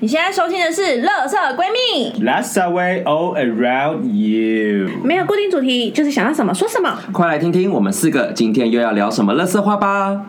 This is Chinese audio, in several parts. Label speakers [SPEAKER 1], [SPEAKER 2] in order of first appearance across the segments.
[SPEAKER 1] 你现在收听的是《乐色闺蜜》，
[SPEAKER 2] Last away all around you。
[SPEAKER 1] 没有固定主题，就是想要什么说什么。
[SPEAKER 3] 快来听听我们四个今天又要聊什么乐色话吧！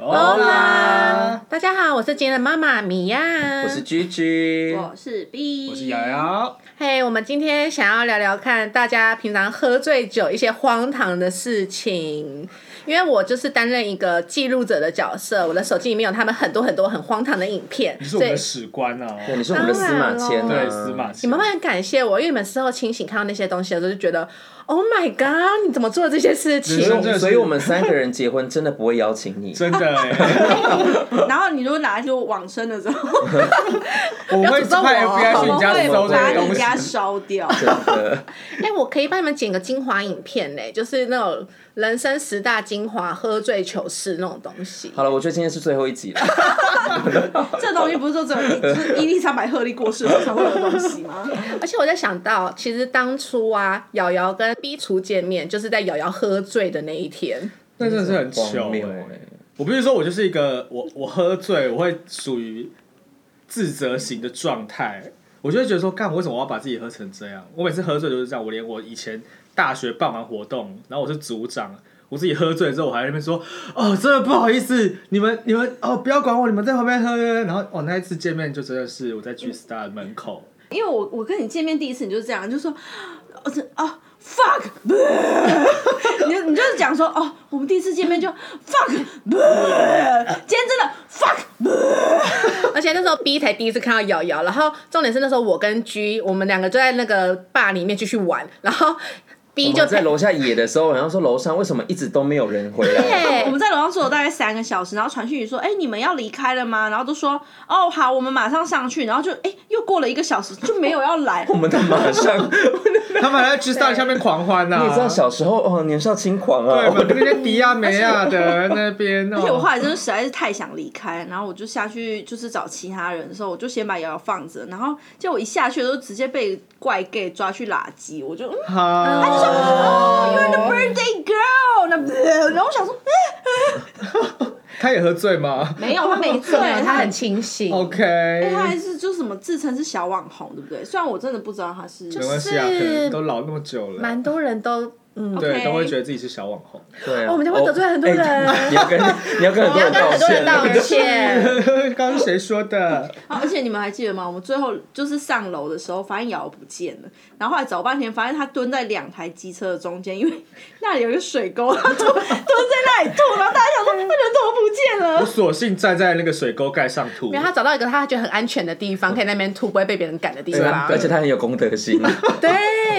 [SPEAKER 1] Hola
[SPEAKER 4] 大家好，我是今天的妈妈米娅，
[SPEAKER 3] 我是居居，
[SPEAKER 1] 我是 B，
[SPEAKER 2] 我是瑶。瑶，
[SPEAKER 4] 嘿我们今天想要聊聊看大家平常喝醉酒一些荒唐的事情，因为我就是担任一个记录者的角色，我的手机里面有他们很多很多很荒唐的影片，
[SPEAKER 2] 你是
[SPEAKER 4] 所
[SPEAKER 2] 我们
[SPEAKER 4] 以
[SPEAKER 2] 的史官啊，
[SPEAKER 3] 对，你是我们的司马迁、啊，
[SPEAKER 2] 对司马
[SPEAKER 4] 你
[SPEAKER 2] 迁
[SPEAKER 4] 们。会很感谢我，因为你们事后清醒看到那些东西的时候，就觉得 Oh my God，你怎么做这些事
[SPEAKER 3] 所以
[SPEAKER 4] 情？
[SPEAKER 3] 我们，所以我们三个人结婚真的不会邀请 你，
[SPEAKER 2] 真的哎，
[SPEAKER 5] 然后你如果拿就往生的时候，
[SPEAKER 2] 我会派 FBI
[SPEAKER 5] 我
[SPEAKER 2] 去
[SPEAKER 5] 们
[SPEAKER 2] 你家
[SPEAKER 5] 会
[SPEAKER 2] 搜这
[SPEAKER 5] 把
[SPEAKER 2] 些
[SPEAKER 5] 你
[SPEAKER 2] 东
[SPEAKER 5] 家
[SPEAKER 2] 西。
[SPEAKER 5] 烧掉。
[SPEAKER 3] 真的。
[SPEAKER 4] 哎、我可以帮你们剪个精华影片呢、就是那种人生十大精华喝醉糗事那种东西。
[SPEAKER 3] 好了，我觉得今天是最后一集了。
[SPEAKER 5] 这东西不是说只有一就是伊丽莎白鹤利过世后才会有的东西吗？
[SPEAKER 4] 而且我在想到，其实当初啊，瑶瑶跟 B 厨见面，就是在瑶瑶喝醉的那一天。
[SPEAKER 2] 那真的是很
[SPEAKER 3] 荒
[SPEAKER 2] 糗
[SPEAKER 3] 谬
[SPEAKER 2] 哎。
[SPEAKER 3] 哎！
[SPEAKER 2] 我不是说我就是一个我我喝醉我会属于自责型的状态，我就会觉得说，干我为什么我要把自己喝成这样？我每次喝醉就是这样，我连我以前大学办完活动，然后我是组长。我自己喝醉之后，我还在那边说：“哦，真的不好意思，你们你们哦，不要管我，你们在旁边喝。”然后哦，那一次见面就真的是我在 G Star 的门口，
[SPEAKER 5] 因为我我跟你见面第一次你就是这样，你就说，哦这哦 fuck，你就你就是讲说哦，我们第一次见面就 fuck，今 天真的 fuck，
[SPEAKER 4] 而且那时候 B 才第一次看到瑶瑶，然后重点是那时候我跟 G，我们两个就在那个坝里面继续玩，然后 B
[SPEAKER 3] 我
[SPEAKER 4] 就
[SPEAKER 3] 们在楼下野的时候，然后说楼上为什么一直都没有人回来？
[SPEAKER 4] 对
[SPEAKER 5] 我们在楼上坐了大概三个小时，然后传讯息说：“哎、你们要离开了吗？”然后都说：“哦，好，我们马上上去。”然后就哎、又过了一个小时就没有要来
[SPEAKER 3] 我。们的马上，
[SPEAKER 2] 他们还在 G Star 下面狂欢呐、
[SPEAKER 3] 你也知道小时候哦，年少轻狂
[SPEAKER 2] 对
[SPEAKER 3] 啊，
[SPEAKER 2] 吧？那些迪亚梅亚的那边，
[SPEAKER 5] 而且我后
[SPEAKER 2] 哦，
[SPEAKER 5] 来真的实在是太想离开，然后我就下去就是找其他人的时候，我就先把瑶瑶放着，然后结果我一下去都直接被怪 gay 抓去拉鸡，我就嗯
[SPEAKER 2] 好，
[SPEAKER 5] 哦，You're the birthday girl，那然后我想说，嗯
[SPEAKER 2] 他也喝醉吗
[SPEAKER 5] 没有，他没醉，
[SPEAKER 4] 他很
[SPEAKER 5] 很。
[SPEAKER 4] 清醒。
[SPEAKER 3] 哦
[SPEAKER 2] ？OK，
[SPEAKER 5] 他还是就什么自称是小网红，对不对？虽然我真的不知道他是，
[SPEAKER 2] 没关系啊，可能都老那么久了，
[SPEAKER 4] 蛮多人都嗯，
[SPEAKER 2] 对，
[SPEAKER 5] OK
[SPEAKER 2] 都会觉得自己是小网红。
[SPEAKER 3] 对啊，
[SPEAKER 4] 我们就会得罪很多人
[SPEAKER 3] 哦哎你要跟你要跟很多人
[SPEAKER 4] 跟很
[SPEAKER 3] 道
[SPEAKER 4] 多人
[SPEAKER 3] 歉，
[SPEAKER 4] 道歉。
[SPEAKER 2] 刚刚谁说的？
[SPEAKER 5] 啊而且你们还记得吗？我们最后就是上楼的时候，发现瑶瑶不见了，然后后来找半天，发现她蹲在两台机车的中间，因为那里有一个水沟，她蹲蹲在那里吐，然后大家想说她人怎么不见
[SPEAKER 2] 我
[SPEAKER 5] 了？
[SPEAKER 2] 索性站在那个水沟盖上吐
[SPEAKER 4] 因为。他找到一个他觉得很安全的地方，可以在那边吐，不会被别人赶的地
[SPEAKER 3] 对啊
[SPEAKER 4] 方
[SPEAKER 3] 而。且他很有公德心。
[SPEAKER 4] 对，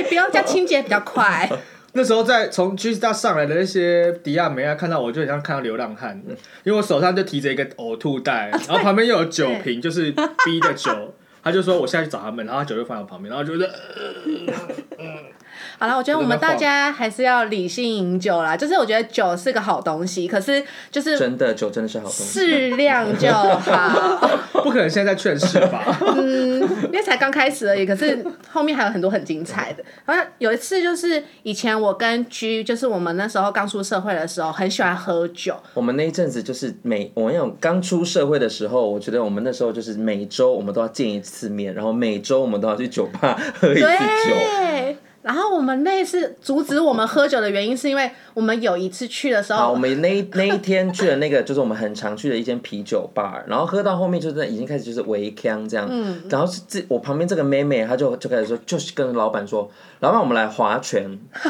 [SPEAKER 4] 不用叫清洁比较快。
[SPEAKER 2] 那时候在从 G Star 上来的那些迪亚梅亚看到我，就很像看到流浪汉，因为我手上就提着一个呕吐袋，然后旁边又有酒瓶，就是 B 的酒。他就说我下去找他们，然后他酒就放在我旁边，然后就觉得呃
[SPEAKER 4] 好了，我觉得我们大家还是要理性饮酒啦。就是我觉得酒是个好东西，可是就是
[SPEAKER 3] 真的酒真的是好东西。
[SPEAKER 4] 适量就 好。
[SPEAKER 2] 不可能现在在劝世吧？
[SPEAKER 4] 因为才刚开始而已，可是后面还有很多很精彩的。然后有一次就是以前我跟 G，就是我们那时候刚出社会的时候，很喜欢喝酒。
[SPEAKER 3] 我们那一阵子就是每我那种刚出社会的时候，我觉得我们那时候就是每周我们都要见一次面，然后每周我们都要去酒吧喝一次酒。
[SPEAKER 4] 对。然后我们那次阻止我们喝酒的原因，是因为我们有一次去的时
[SPEAKER 3] 好，
[SPEAKER 4] 候
[SPEAKER 3] 我，们那一那一天去了那个，就是我们很常去的一间啤酒吧，然后喝到后面就是已经开始就是围腔这样，
[SPEAKER 4] 嗯
[SPEAKER 3] 然后是这我旁边这个妹妹，她就就开始说，就是跟老板说，老板我们来划拳，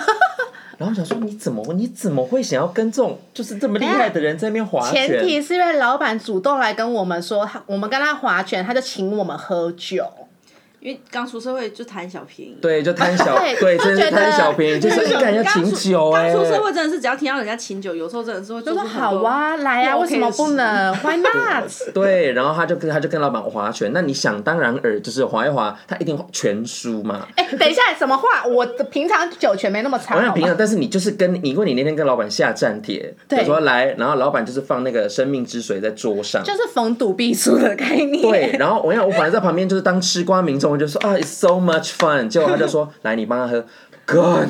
[SPEAKER 3] 然后我想说你怎么你怎么会想要跟这种就是这么厉害的人在那边划拳？
[SPEAKER 4] 前提是因为老板主动来跟我们说，他我们跟他划拳，他就请我们喝酒。
[SPEAKER 5] 因为刚出社会就贪小便宜，
[SPEAKER 3] 对，就贪小，对，
[SPEAKER 4] 对
[SPEAKER 3] 真的
[SPEAKER 4] 就觉
[SPEAKER 3] 是
[SPEAKER 4] 得
[SPEAKER 3] 贪小便宜，就是你敢要
[SPEAKER 5] 刚
[SPEAKER 3] 请
[SPEAKER 5] 出
[SPEAKER 3] 酒哎、
[SPEAKER 5] 刚出社会真的是只要听到人家请酒，有时候真的是会
[SPEAKER 4] 就
[SPEAKER 5] 做
[SPEAKER 4] 说
[SPEAKER 5] 出很
[SPEAKER 4] 好
[SPEAKER 5] 多
[SPEAKER 4] 啊，来啊，
[SPEAKER 5] 不
[SPEAKER 4] 为
[SPEAKER 5] OK
[SPEAKER 4] 什么
[SPEAKER 5] 的事
[SPEAKER 4] 不能？Why not？
[SPEAKER 3] 对，然后他就跟他就跟老板划拳，那你想当然尔就是划一划，他一定全输嘛。
[SPEAKER 4] 哎、等一下，什么话？我的平常酒权没那么长。
[SPEAKER 3] 当然
[SPEAKER 4] 好
[SPEAKER 3] 平
[SPEAKER 4] 吧
[SPEAKER 3] 常，但是你就是跟你，因为你那天跟老板下战帖，
[SPEAKER 4] 对
[SPEAKER 3] 我说来，然后老板就是放那个生命之水在桌上，
[SPEAKER 4] 就是逢赌必输的概念。
[SPEAKER 3] 对，然后我想我本来在旁边就是当吃瓜民众，我就说啊，it's so much fun，结果他就说来你帮他喝， God，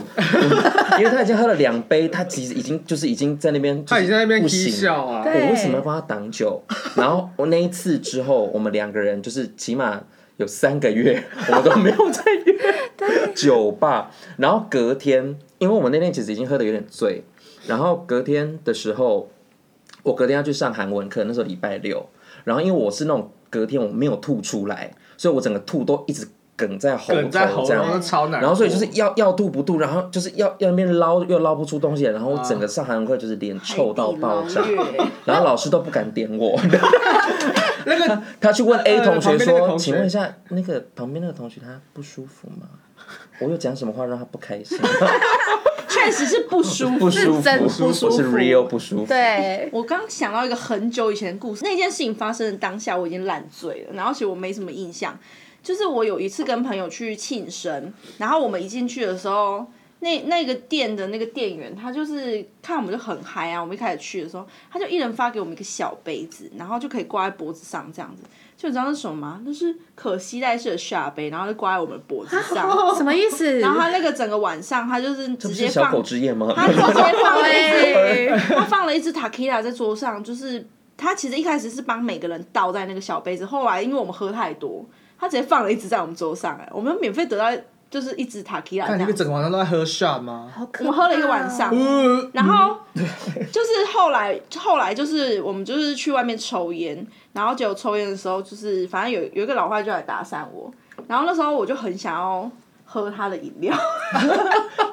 [SPEAKER 3] 因为他已经喝了两杯，他其实已经就是已经在那边，
[SPEAKER 2] 他已经在那边
[SPEAKER 3] 不
[SPEAKER 2] 嬉
[SPEAKER 3] 行
[SPEAKER 2] 笑啊，
[SPEAKER 4] 对
[SPEAKER 3] 我哎为什么要帮他挡酒？ 然后我那一次之后，我们两个人就是起码有三个月， 我们都没有再 约酒吧。然后隔天，因为我们那天其实已经喝的有点醉，然后隔天的时候，我隔天要去上韩文课，那时候礼拜六。然后因为我是那种隔天我没有吐出来，所以我整个吐都一直梗在喉
[SPEAKER 2] 梗
[SPEAKER 3] 咙，
[SPEAKER 2] 在喉
[SPEAKER 3] 这样
[SPEAKER 2] 咙，那超难过。
[SPEAKER 3] 然后所以就是要要吐不吐，然后就是要要那边捞又捞不出东西来，然后我整个上韩文课就是脸臭到爆炸
[SPEAKER 5] 海，底捞月
[SPEAKER 3] 然后老师都不敢点我。
[SPEAKER 2] 那个
[SPEAKER 3] 他去问 A
[SPEAKER 2] 呃
[SPEAKER 3] 同学
[SPEAKER 2] 旁边那个
[SPEAKER 3] 说：“
[SPEAKER 2] 同学
[SPEAKER 3] 请问一下，那个旁边那个同学他不舒服吗？我有讲什么话让他不开心？
[SPEAKER 5] 确实是不舒服。
[SPEAKER 3] 舒
[SPEAKER 4] 是真不
[SPEAKER 3] 服，
[SPEAKER 4] 舒服
[SPEAKER 3] 我是 real 不舒服。，
[SPEAKER 4] 对，
[SPEAKER 5] 我刚想到一个很久以前的故事，那件事情发生的当下，我已经烂醉了，然后其实我没什么印象。就是我有一次跟朋友去庆生，然后我们一进去的时候，那那个店的那个店员，他就是看我们就很嗨啊，我们一开始去的时候，他就一人发给我们一个小杯子，然后就可以挂在脖子上这样子。就你知道那是什么吗？那是可惜代式的下杯，欸然后就挂在我们脖子上。
[SPEAKER 4] 什么意思？
[SPEAKER 5] 然后他那个整个晚上，他就是直
[SPEAKER 3] 不
[SPEAKER 5] 接
[SPEAKER 3] 是小
[SPEAKER 5] 放
[SPEAKER 3] 狗之夜吗？
[SPEAKER 5] 他 直 接放了一只，
[SPEAKER 4] 对，
[SPEAKER 5] 他放了一只塔 q i l a 在桌上，就是他其实一开始是帮每个人倒在那个小杯子，后来因为我们喝太多，他直接放了一只在我们桌上、哎，我们免费得到就是一只塔 q i l a
[SPEAKER 2] 看
[SPEAKER 5] 这
[SPEAKER 2] 那
[SPEAKER 5] 样
[SPEAKER 2] 个，整个晚上都在喝 shot 吗？
[SPEAKER 5] 我们喝了一个晚上，
[SPEAKER 2] 呃，
[SPEAKER 5] 然后就是后来后来就是我们就是去外面抽烟，然后结果抽烟的时候就是反正有有一个老外就来搭讪我，然后那时候我就很想要喝他的饮料，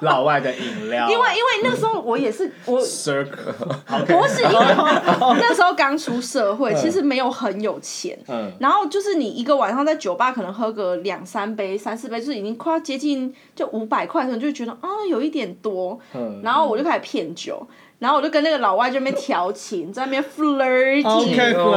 [SPEAKER 2] 老外的饮料，
[SPEAKER 5] 因为因为那时候我也是我
[SPEAKER 2] circle，
[SPEAKER 5] 不是因为那时候刚出社会，其实没有很有钱。
[SPEAKER 2] 嗯，
[SPEAKER 5] 然后就是你一个晚上在酒吧可能喝个两三杯、三四杯，就是已经快要接近就五百块的时候，你就会觉得啊、有一点多。
[SPEAKER 2] 嗯
[SPEAKER 5] 然后我就开始骗酒，然后我就跟那个老外这边调情，在那边 flirting。
[SPEAKER 2] OK
[SPEAKER 3] 哦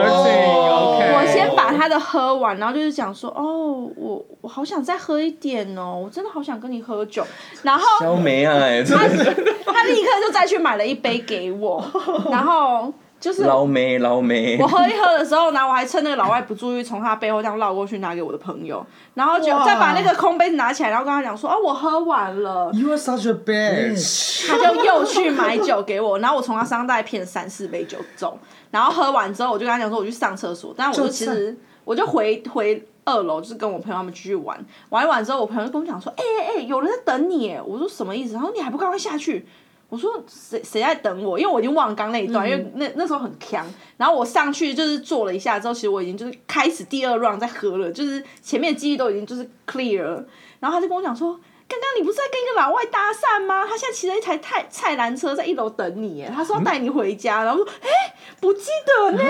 [SPEAKER 2] flirting，OK，
[SPEAKER 5] 我先把他的喝完，然后就是讲说，哦，我我好想再喝一点哦，我真的好想跟你喝酒。然后
[SPEAKER 3] 肖梅啊，哎，真的是
[SPEAKER 5] 他立刻就再去买了一杯给我，然后就是
[SPEAKER 3] 捞梅捞梅
[SPEAKER 5] 我。喝一喝的时候呢，我还趁那个老外不注意，从他背后这样绕过去拿给我的朋友，然后就再把那个空杯子拿起来，然后跟他讲说：“哦，我喝完 了。
[SPEAKER 2] You are such a bitch，”
[SPEAKER 5] 他就又去买酒给我，然后我从他身上大概骗了三四杯酒走，然后喝完之后，我就跟他讲说我去上厕所，但我就其实我就回回二楼，就是跟我朋友他们继续玩，玩一玩之后，我朋友就跟我讲说：“哎哎哎，有人在等你耶！”我说：“什么意思？”他说：“你还不赶快下去？”我说谁谁在等我？因为我已经忘了刚那一段，
[SPEAKER 3] 嗯
[SPEAKER 5] 因为那那时候很强。然后我上去就是坐了一下之后，其实我已经就是开始第二 round 在喝了，就是前面的记忆都已经就是 clear 了。然后他就跟我讲说，刚刚你不是在跟一个老外搭讪吗？他现在骑着一台菜菜篮车在一楼等你耶，他说要带你回
[SPEAKER 3] 嗯
[SPEAKER 5] 家。然后我说，哎、不记得 呢。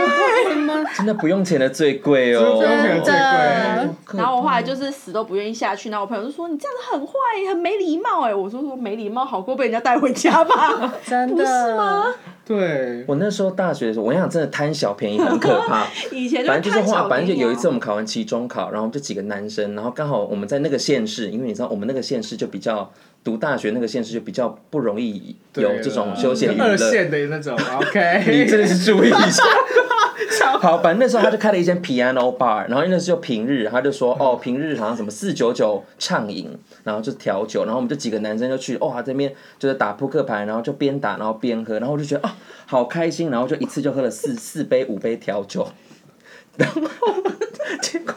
[SPEAKER 3] 真的不用钱的最贵
[SPEAKER 2] 真
[SPEAKER 3] 哦，
[SPEAKER 2] 的
[SPEAKER 4] 真的
[SPEAKER 5] 然后我后来就是死都不愿意下去。然后我朋友就说，你这样子很坏，很没礼貌哎。我说说没礼貌，好过被人家带回家吧。
[SPEAKER 4] 真的
[SPEAKER 5] 是吗？
[SPEAKER 2] 对，
[SPEAKER 3] 我那时候大学的时候，我跟你讲，真的贪小便宜很可怕。
[SPEAKER 5] 以前
[SPEAKER 3] 反正就是
[SPEAKER 5] 贪小
[SPEAKER 3] 话，反正就
[SPEAKER 5] 便宜
[SPEAKER 3] 有一
[SPEAKER 5] 啊
[SPEAKER 3] 次我们考完期中考，然后我们就几个男生，然后刚好我们在那个县市，因为你知道我们那个县市就比较读大学那个县市就比较不容易有这种休闲娱
[SPEAKER 2] 二
[SPEAKER 3] 乐。
[SPEAKER 2] 线的那种
[SPEAKER 3] 你真
[SPEAKER 2] ，OK，
[SPEAKER 3] 的是注意一下。好，反正那时候他就开了一间 piano bar，然后因为那时候平日，他就说哦，平日好像什么四九九畅饮，然后就调酒，然后我们就几个男生就去，哦，这边就是打扑克牌，然后就边打然后边喝，然后我就觉得啊、好开心，然后就一次就喝了四四杯五杯调酒， 然后结果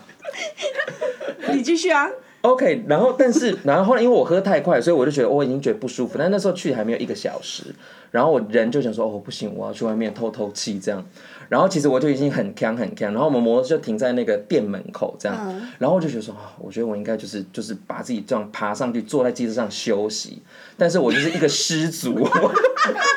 [SPEAKER 5] 你继续啊。
[SPEAKER 3] OK，然后但是然后后来因为我喝太快，所以我就觉得我已经觉得不舒服。但那时候去还没有一个小时，然后我人就想说哦不行，我要去外面透透气这样。然后其实我就已经很呛很呛，然后我们摩托车就停在那个店门口这样，然后我就觉得说啊、我觉得我应该就是就是把自己这样爬上去坐在机车上休息，但是我就是一个失足，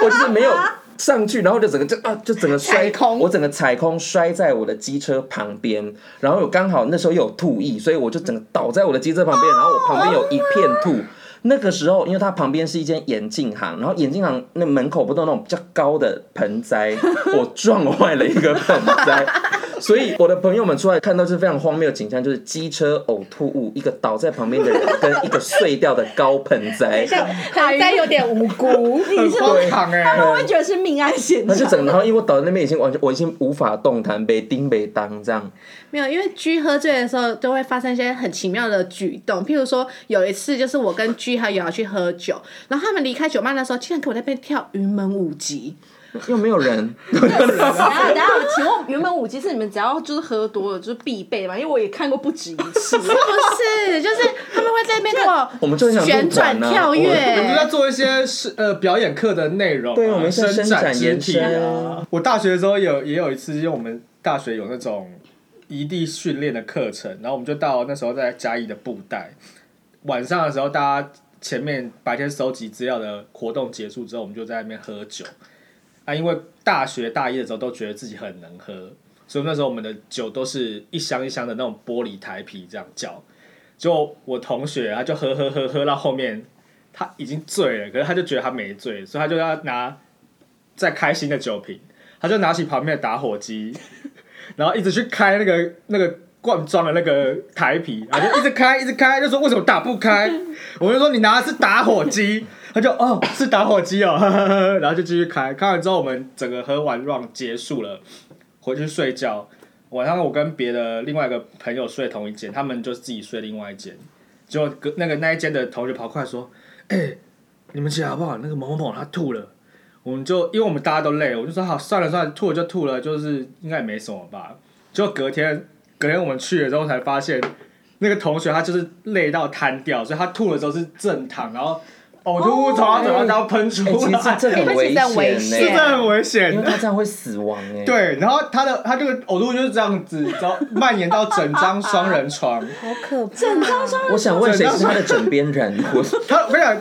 [SPEAKER 3] 我就是没有上去，然后就整个就啊就整个摔
[SPEAKER 4] 踩空
[SPEAKER 3] 我整个踩空摔在我的机车旁边，然后有刚好那时候有吐意，所以我就整个倒在我的机车旁边，然后我旁边有一片
[SPEAKER 4] 哦
[SPEAKER 3] 吐。那个时候，因为它旁边是一间眼镜行，然后眼镜行 那门口不都有那种比较高的盆栽，我撞坏了一个盆栽，所以我的朋友们出来看到就是非常荒谬的景象，就是机车呕吐物，一个倒在旁边的人跟一个碎掉的高盆栽，
[SPEAKER 4] 盆栽有点无辜，
[SPEAKER 2] 很荒唐哎、
[SPEAKER 5] 我会觉得是命案现
[SPEAKER 3] 那就
[SPEAKER 5] 场。
[SPEAKER 3] 整，然后因为我倒在那边已经完全，我已经无法动弹，被叮被当这样。
[SPEAKER 4] 没有，因为 G 喝醉的时候都会发生一些很奇妙的举动，譬如说有一次就是我跟 G 还有瑶瑶去喝酒，然后他们离开酒吧的时候，竟然给我在那边跳云门舞集，
[SPEAKER 3] 又没有人，
[SPEAKER 5] 然后，然后，请问原本五 G 是你们只要就是喝多了就是必备的嘛？因为我也看过不止一次。
[SPEAKER 4] 是不是？就是他们会在那边给
[SPEAKER 3] 我们就很想
[SPEAKER 4] 旋
[SPEAKER 3] 入团
[SPEAKER 4] 转
[SPEAKER 3] 啊
[SPEAKER 4] 跳
[SPEAKER 2] 我们就在
[SPEAKER 4] 跃，
[SPEAKER 2] 做一些是呃表演课的内容、啊，
[SPEAKER 3] 对我们是
[SPEAKER 2] 伸
[SPEAKER 3] 伸展
[SPEAKER 2] 肢
[SPEAKER 3] 延
[SPEAKER 2] 体啊
[SPEAKER 3] 伸。
[SPEAKER 2] 我大学的时候有也有一次，因为我们大学有那种异地训练的课程，然后我们就到那时候在嘉义的布袋，晚上的时候大家前面白天收集资料的活动结束之后，我们就在那边喝酒。啊，因为大学大一的时候都觉得自己很能喝，所以那时候我们的酒都是一箱一箱的那种玻璃台啤这样叫。就我同学啊他就喝喝喝喝到后面他已经醉了，可是他就觉得他没醉，所以他就要拿再开新的酒瓶，他就拿起旁边的打火机， 然后一直去开那个那个罐装的那个台皮，然后就一直开一直开，就说为什么打不开？我就说你拿的是打火机，他就哦是打火机哦，呵 呵呵然后就继续开，开完之后我们整个喝完 round 结束了，回去睡觉。晚上我跟别的另外一个朋友睡同一间，他们就自己睡另外一间。结果隔那个那一间的同学跑过来说：“哎、你们起来好不好？那个某某某他吐了。”我们就因为我们大家都累，我就说好算了算了，吐了就吐了，就是应该也没什么吧。结果隔天隔天我们去了之后才发现，那个同学他就是累到瘫掉，所以他吐的时候是正躺，然后呕吐物从他嘴巴这样喷出
[SPEAKER 3] 哎、
[SPEAKER 2] 来，
[SPEAKER 3] 其实这哎
[SPEAKER 2] 是
[SPEAKER 4] 危
[SPEAKER 3] 很危
[SPEAKER 4] 险呢
[SPEAKER 3] 险
[SPEAKER 2] 真
[SPEAKER 3] 呢、
[SPEAKER 2] 的很危险，
[SPEAKER 3] 因为他这样会死亡哎、，
[SPEAKER 2] 对，然后他的他这个呕吐就是这样子，然后蔓延到整张双人床。
[SPEAKER 4] 好可怕！整张双
[SPEAKER 3] 我想问谁是他的枕边人？我
[SPEAKER 2] 他我跟你讲，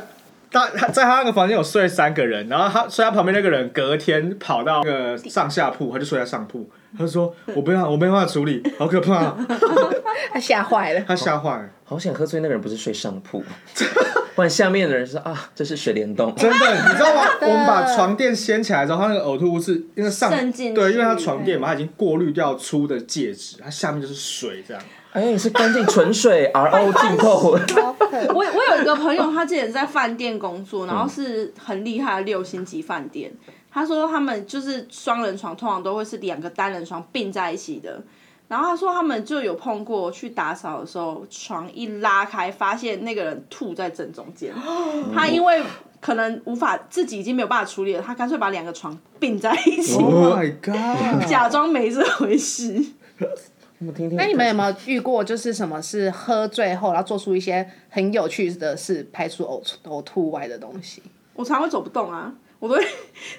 [SPEAKER 2] 他他在他那个房间有睡三个人，然后他睡他旁边那个人隔天跑到那个上下铺，他就睡在上铺。他就说：“我不要，我没办法处理，好可怕、
[SPEAKER 4] 他 吓坏了。
[SPEAKER 2] 他吓坏了，
[SPEAKER 3] 好想喝醉那个人不是睡上铺，不然下面的人就说啊，这是水帘洞。
[SPEAKER 2] 真的，你知道吗？我们把床垫掀起来之后，他那个呕吐物是因为上
[SPEAKER 5] 渗进去
[SPEAKER 2] 对，因为他床垫嘛，他已经过滤掉粗的介质，它下面就是水这样。
[SPEAKER 3] 哎，你是干净纯水 RO 浸透，
[SPEAKER 5] 我我有一个朋友，他之前在饭店工作，然后是很厉害的六星级饭店。他说他们就是双人床，通常都会是两个单人床并在一起的。然后他说他们就有碰过，去打扫的时候，床一拉开，发现那个人吐在正中间。他因为可能无法自己已经没有办法处理了，他干脆把两个床并在一起，
[SPEAKER 2] Oh my god！
[SPEAKER 5] 假装没这回事。
[SPEAKER 3] 我听听。
[SPEAKER 4] 那你们有没有遇过，就是什么是喝醉后，然后做出一些很有趣的事，排除呕吐呕吐外的东西？
[SPEAKER 5] 我常会走不动啊，我都会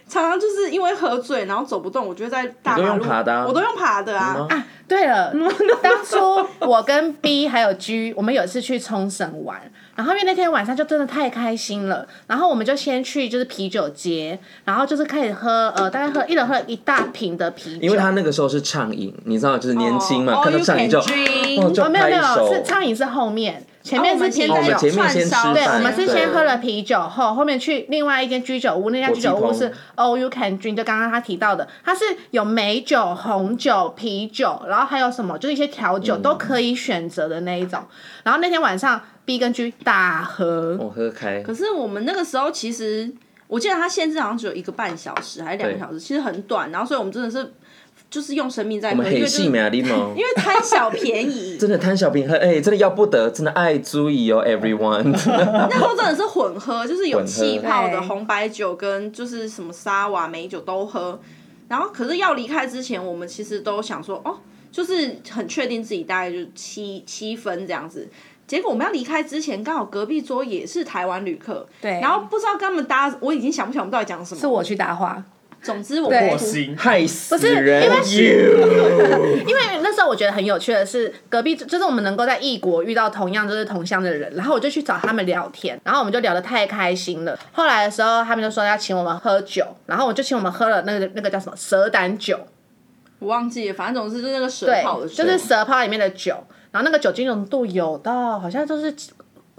[SPEAKER 5] 常常就是因为喝醉，然后走不动，我就会在大马路，
[SPEAKER 3] 你都用爬的啊
[SPEAKER 5] 我都用爬的啊。
[SPEAKER 3] 嗯
[SPEAKER 5] 啊
[SPEAKER 4] 对了，当初我跟 B 还有 G，我们有一次去冲绳玩，然后因为那天晚上就真的太开心了，然后我们就先去就是啤酒节，然后就是开始喝，呃，大概喝一人喝了一大瓶的啤酒，
[SPEAKER 3] 因为他那个时候是畅饮，你知道，就是年轻嘛，
[SPEAKER 5] 哦
[SPEAKER 3] 看到畅饮就
[SPEAKER 5] all you can
[SPEAKER 3] 哦就
[SPEAKER 4] 哦没有
[SPEAKER 3] 拍
[SPEAKER 4] 没有
[SPEAKER 3] 手。
[SPEAKER 4] 是苍蝇是后面，哎前
[SPEAKER 5] 然后
[SPEAKER 4] 面
[SPEAKER 5] 哎我
[SPEAKER 4] 是
[SPEAKER 5] 们
[SPEAKER 4] 啤
[SPEAKER 5] 现
[SPEAKER 4] 酒。
[SPEAKER 5] 在
[SPEAKER 3] 哦我们前面先吃饭
[SPEAKER 5] 有
[SPEAKER 4] 对，
[SPEAKER 5] 串烧
[SPEAKER 4] 我们是先
[SPEAKER 3] 对
[SPEAKER 4] 喝了啤酒后，后面去另外一间居酒屋，那家居酒屋是
[SPEAKER 3] 国际通
[SPEAKER 4] All You Can Drink，就刚刚他提到的，它是有美酒、红酒、啤酒，然后还有什么，就是一些调
[SPEAKER 3] 嗯
[SPEAKER 4] 酒、都可以选择的那一种。然后那天晚上 B 跟 G 大喝，
[SPEAKER 3] 我喝开，
[SPEAKER 5] 可是我们那个时候其实，我记得它限制好像只有一个半小时还是两个小时，其实很短。然后所以我们真的是就是用生命在
[SPEAKER 3] 我
[SPEAKER 5] 喝，
[SPEAKER 3] 们
[SPEAKER 5] 因为
[SPEAKER 3] 很
[SPEAKER 5] 就是
[SPEAKER 3] 细
[SPEAKER 5] 因
[SPEAKER 3] 美啊，柠檬。
[SPEAKER 5] 为贪小便宜，
[SPEAKER 3] 真的贪小便宜，哎、真的要不得，真的爱注意哦，everyone。
[SPEAKER 5] 那时候真的是混喝， 就是有气泡的
[SPEAKER 4] 混喝
[SPEAKER 5] 红白酒跟就是什么沙瓦美酒都喝。然后可是要离开之前，我们其实都想说，哦，就是很确定自己大概就七七分这样子。结果我们要离开之前，刚好隔壁桌也是台湾旅客，
[SPEAKER 4] 对
[SPEAKER 5] 然后不知道跟他们搭，我已经想不起来我们到底讲什么。
[SPEAKER 4] 是我去搭话，
[SPEAKER 5] 总之我
[SPEAKER 4] 对
[SPEAKER 2] 我心
[SPEAKER 3] 害死
[SPEAKER 4] 是因
[SPEAKER 3] 人！
[SPEAKER 4] 为
[SPEAKER 3] You
[SPEAKER 4] 因为那时候我觉得很有趣的是，隔壁就是我们能够在异国遇到同样就是同乡的人，然后我就去找他们聊天，然后我们就聊得太开心了。后来的时候，他们就说要请我们喝酒，然后我就请我们喝了那个那个叫什么蛇胆酒，
[SPEAKER 5] 我忘记了，反正总之就是那个蛇
[SPEAKER 4] 对
[SPEAKER 5] 泡的，水，
[SPEAKER 4] 就是蛇泡里面的酒，然后那个酒精浓度有到好像就是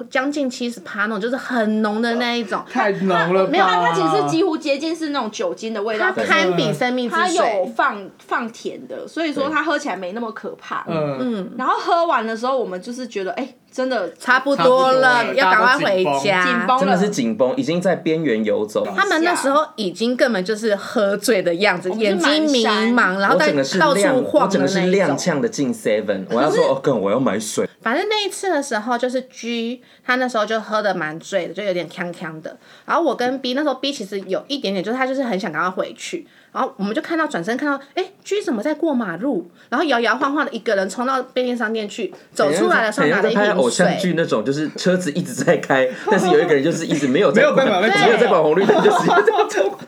[SPEAKER 4] 将近七十趴那种，就是很浓的那一种。
[SPEAKER 2] 太浓了吧？
[SPEAKER 4] 没有
[SPEAKER 5] 啊它它其实几乎接近是那种酒精的味道
[SPEAKER 4] 啊它，堪比生命之
[SPEAKER 5] 它有
[SPEAKER 4] 水，
[SPEAKER 5] 放放甜的，所以说它喝起来没那么可怕。
[SPEAKER 2] 嗯，
[SPEAKER 5] 然后喝完的时候，我们就是觉得，哎、真的
[SPEAKER 4] 差不多啊
[SPEAKER 2] 差
[SPEAKER 4] 了，
[SPEAKER 2] 不多了
[SPEAKER 4] 要赶快回
[SPEAKER 2] 大
[SPEAKER 5] 紧
[SPEAKER 4] 家。
[SPEAKER 5] 绷
[SPEAKER 3] 真
[SPEAKER 5] 了
[SPEAKER 3] 的是，紧绷，已经在边缘游走。
[SPEAKER 4] 他们那时候已经根本就是喝醉的样子，
[SPEAKER 5] 们是
[SPEAKER 4] 眼睛迷
[SPEAKER 5] 满
[SPEAKER 4] 茫，然后
[SPEAKER 3] 我
[SPEAKER 4] 在
[SPEAKER 3] 整个是
[SPEAKER 4] 到
[SPEAKER 3] 踉，
[SPEAKER 4] 处
[SPEAKER 3] 我
[SPEAKER 4] 晃
[SPEAKER 3] 整
[SPEAKER 4] 的
[SPEAKER 3] 个是
[SPEAKER 4] 那一
[SPEAKER 3] 踉
[SPEAKER 4] 种。
[SPEAKER 3] 跄的进 Seven，我要说哦，更我要买水。
[SPEAKER 4] 反正那一次的时候，就是 G 他那时候就喝的蛮醉的，就有点呛呛的。然后我跟 B 那时候 B 其实有一点点，就是他就是很想赶快回去。然后我们就看到转身看到，哎、g 怎么在过马路？然后摇摇晃晃的一个人冲到便利商店去，走出来的时候
[SPEAKER 3] 很
[SPEAKER 4] 拿着
[SPEAKER 3] 像在
[SPEAKER 4] 一
[SPEAKER 3] 拍偶
[SPEAKER 4] 瓶
[SPEAKER 3] 像剧
[SPEAKER 4] 水。
[SPEAKER 3] 那种，就是车子一直 在开，但是有一个人就是一直没有在
[SPEAKER 2] 没有
[SPEAKER 3] 管
[SPEAKER 2] 办法被
[SPEAKER 4] 对
[SPEAKER 3] 没有在管红绿灯，就是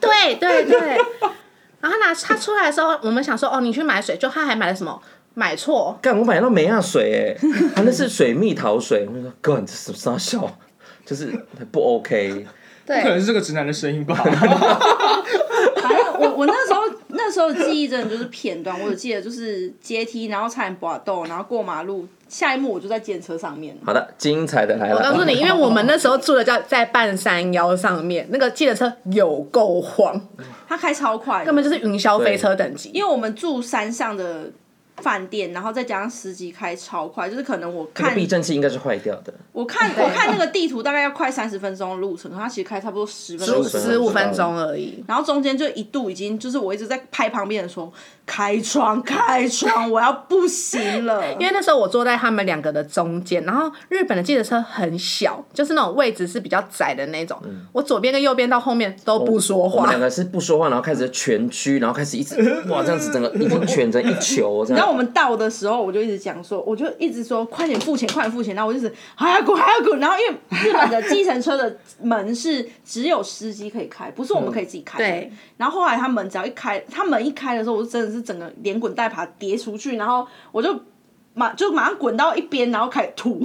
[SPEAKER 4] 对对对。然后拿他出来的时候，我们想说，哦，你去买水，就他还买了什么？买错，
[SPEAKER 3] 干，我买到梅亚水哎、欸，他那是水蜜桃水，我就说干这是啥笑，就是不 OK。
[SPEAKER 4] 对，
[SPEAKER 2] 可能是这个直男的声音吧。
[SPEAKER 5] 反正我我那时候那时候的记忆真的就是片段，我有记得就是阶梯，然后差点拔豆，然后过马路，下一幕我就在电车上面了。
[SPEAKER 3] 好的，精彩的来了。
[SPEAKER 4] 我告诉你，因为我们那时候住的叫在半山腰上面，那个计程车有够晃，
[SPEAKER 5] 他开超快的，
[SPEAKER 4] 根本就是云霄飞车等
[SPEAKER 5] 因
[SPEAKER 4] 级。
[SPEAKER 5] 为我们住山上的饭店，然后再加上司机开超快，就是可能我
[SPEAKER 3] 那个
[SPEAKER 5] 看
[SPEAKER 3] 避震器应该是坏掉的，
[SPEAKER 5] 我看我看那个地图大概要快三十分钟的路程，可他其实开差不多十分钟
[SPEAKER 3] 15分
[SPEAKER 4] 十五分钟而已，
[SPEAKER 5] 然后中间就一度已经就是我一直在拍旁边人说开窗开窗，我要不行了，
[SPEAKER 4] 因为那时候我坐在他们两个的中间，然后日本的计程车很小，就是那种位置是比较窄的那种。我左边跟右边到后面都不说
[SPEAKER 3] 我们
[SPEAKER 4] 话
[SPEAKER 3] 两，个是不说话，然后开始蜷曲，然后开始一直哇这样子，整个已经蜷成一球这
[SPEAKER 5] 然后
[SPEAKER 3] 样。
[SPEAKER 5] 我们到的时候，我就一直讲说，我就一直说快点付钱，快点付钱。然后我就是还要滚，还要滚。然后因为日本的计程车的门是只有司机可以开，不是我们可以自己开的。
[SPEAKER 4] 对
[SPEAKER 5] 然后后来他门只要一开，他门一开的时候，我就真的是整个连滚带爬跌出去，然后我就马就马上滚到一边，然后开始吐。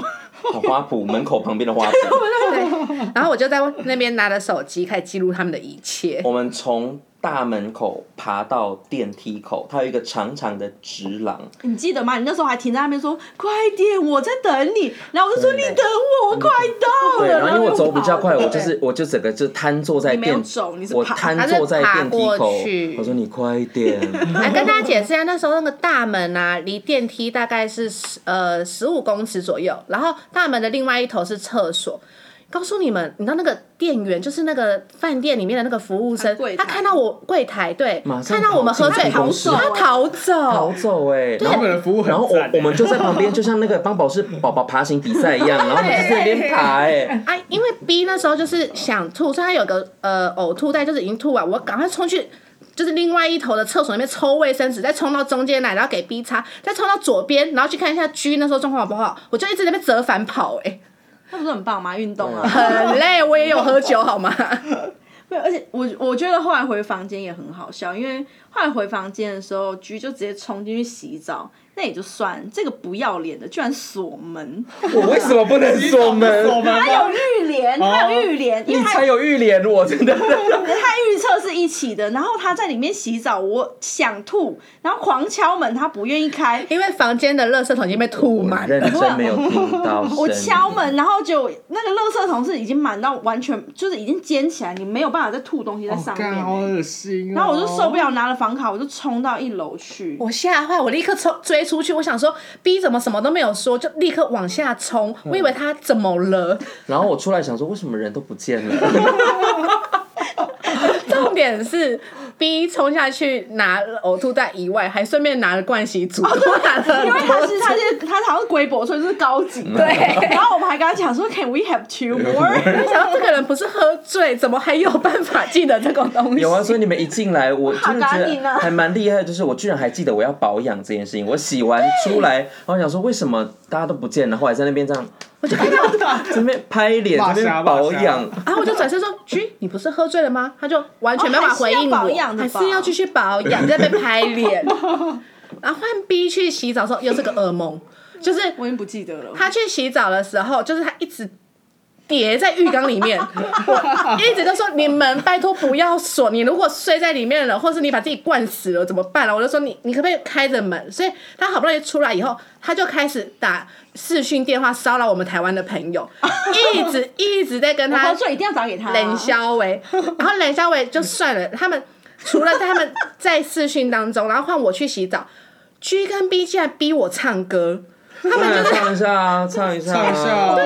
[SPEAKER 3] 好花圃门口旁边的花圃，
[SPEAKER 4] 然后我就在那边拿着手机开始记录他们的一切。
[SPEAKER 3] 我们从大门口爬到电梯口，它有一个长长的直廊，
[SPEAKER 5] 你记得吗？你那时候还停在那边说快点，我在等你。然后我就说你等我，我快到
[SPEAKER 3] 对，
[SPEAKER 5] 了。
[SPEAKER 3] 然后因为我
[SPEAKER 5] 就
[SPEAKER 3] 走比较快，
[SPEAKER 5] 跑了
[SPEAKER 3] 我就是我就整个就瘫坐在
[SPEAKER 5] 你没有
[SPEAKER 3] 电，
[SPEAKER 5] 走你是
[SPEAKER 3] 我
[SPEAKER 5] 爬
[SPEAKER 3] 瘫坐在电梯
[SPEAKER 4] 他是爬
[SPEAKER 3] 口
[SPEAKER 4] 过去，
[SPEAKER 3] 我说你快点，
[SPEAKER 4] 来跟大家解释一下，那时候那个大门啊，离电梯大概是十呃十五公尺左右，然后大门的另外一头是厕所。告诉你们，你知道那个店员就是那个饭店里面的那个服务生
[SPEAKER 5] 他柜，台
[SPEAKER 4] 他看到我柜台对
[SPEAKER 3] 马，上
[SPEAKER 4] 看到我们喝醉，
[SPEAKER 3] 跑进办公室
[SPEAKER 4] 他逃
[SPEAKER 3] 逃
[SPEAKER 4] 走。
[SPEAKER 3] 走哎，然
[SPEAKER 2] 他
[SPEAKER 3] 后
[SPEAKER 2] 们的服务很
[SPEAKER 3] 然后
[SPEAKER 2] 赞
[SPEAKER 3] 我我们就在旁边，就像那个帮宝适宝宝爬行比赛一样，然后我们就在那边爬哎，
[SPEAKER 4] 啊，因为 B 那时候就是想吐，所以他有个呃呕吐袋，就是已经吐完，我赶快冲去。就是另外一头的厕所里面抽卫生纸，再冲到中间来，然后给 B 擦，再冲到左边，然后去看一下 G 那时候状况好不好。我就一直在那边折返跑、欸，
[SPEAKER 5] 那不是很棒吗？运动啊。
[SPEAKER 4] 很累，我也有喝酒好吗？
[SPEAKER 5] 对，而且我我觉得后来回房间也很好笑，因为后来回房间的时候，菊就直接冲进去洗澡，那也就算，这个不要脸的居然锁门，
[SPEAKER 3] 我为什么不能锁门？
[SPEAKER 2] 我们
[SPEAKER 5] 还有浴帘，还哦有浴帘，因为
[SPEAKER 3] 你
[SPEAKER 5] 他
[SPEAKER 3] 才有浴帘，我真 的。
[SPEAKER 5] 他预测是一起的，然后他在里面洗澡，我想吐，然后狂敲门，他不愿意开，
[SPEAKER 4] 因为房间的垃圾桶已经被吐满
[SPEAKER 3] 认
[SPEAKER 4] 了。
[SPEAKER 3] 真没有听到声音，
[SPEAKER 5] 我敲门，然后就那个垃圾桶是已经满到完全就是已经尖起来，你没有办法再吐东西在
[SPEAKER 2] 哦
[SPEAKER 5] 上面
[SPEAKER 2] 干
[SPEAKER 5] 欸、
[SPEAKER 2] 好恶心哦。
[SPEAKER 5] 然后我就受不了，拿了房卡，我就冲到一楼去。
[SPEAKER 4] 我吓坏，我立刻冲追出去，我想说 B 怎么什么都没有说，就立刻往下冲，我以为他怎么了。
[SPEAKER 3] 然后我出来想说，为什么人都不见了？
[SPEAKER 4] 重点是 B 冲下去拿了呕吐袋以外，还顺便拿了盥洗组，多拿了
[SPEAKER 5] 因为
[SPEAKER 4] 很
[SPEAKER 5] 他
[SPEAKER 4] 多
[SPEAKER 5] 是 他是他好像是龟博，所以就是高级的。
[SPEAKER 4] 对
[SPEAKER 5] 然后我们还跟他讲说，Can we have two more？
[SPEAKER 4] 我想到这个人不是喝醉，怎么还有办法记得这种东西？
[SPEAKER 3] 有啊，所以你们一进来，我真的觉
[SPEAKER 5] 好赶紧啊
[SPEAKER 3] 得还蛮厉害，就是我居然还记得我要保养这件事情。我洗完出来，然后想说为什么大家都不见了，后来在那边这样，我就看 到这边拍脸，
[SPEAKER 2] 骂
[SPEAKER 3] 这
[SPEAKER 2] 瞎
[SPEAKER 3] 边保养
[SPEAKER 2] 骂，
[SPEAKER 4] 然啊后我就转身说：“菊，你不是喝醉了吗？”他就完全没办法回应我，
[SPEAKER 5] 哦还是要保养的吧
[SPEAKER 4] 还是要继续保养，啊在被拍脸。然后换 B 去洗澡的时候又是个噩梦，就是
[SPEAKER 5] 我已经不记得了。
[SPEAKER 4] 他去洗澡的时候，就是他一直叠在浴缸里 面，我一直都说你们拜托不要锁，你如果睡在里面了，或是你把自己灌死了怎么办啊？我就说你你可不可以开着门？所以他好不容易出来以后，他就开始打视讯电话骚扰我们台湾的朋 友，一直一直在跟他
[SPEAKER 5] 喝醉一定要打给他、啊
[SPEAKER 4] 冷肖维，然后冷肖维就算了，他们除了他们在视讯当中，然后换我去洗澡，G 跟 B 竟然逼我唱歌，他们
[SPEAKER 3] 来
[SPEAKER 4] 就是。
[SPEAKER 3] 唱一下啊，唱一下啊，
[SPEAKER 2] 唱一下啊
[SPEAKER 4] 对，